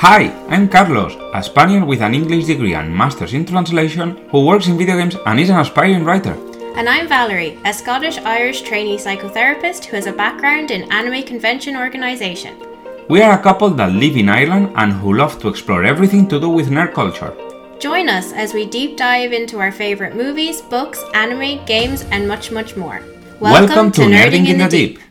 Hi, I'm Carlos, a Spaniard with an English degree and Master's in Translation who works in video games and is an aspiring writer. And I'm Valerie, a Scottish Irish trainee psychotherapist who has a background in anime convention organisation. We are a couple that live in Ireland and who love to explore everything to do with nerd culture. Join us as we deep dive into our favourite movies, books, anime, games, and much, much more. Welcome to Nerding in the Deep.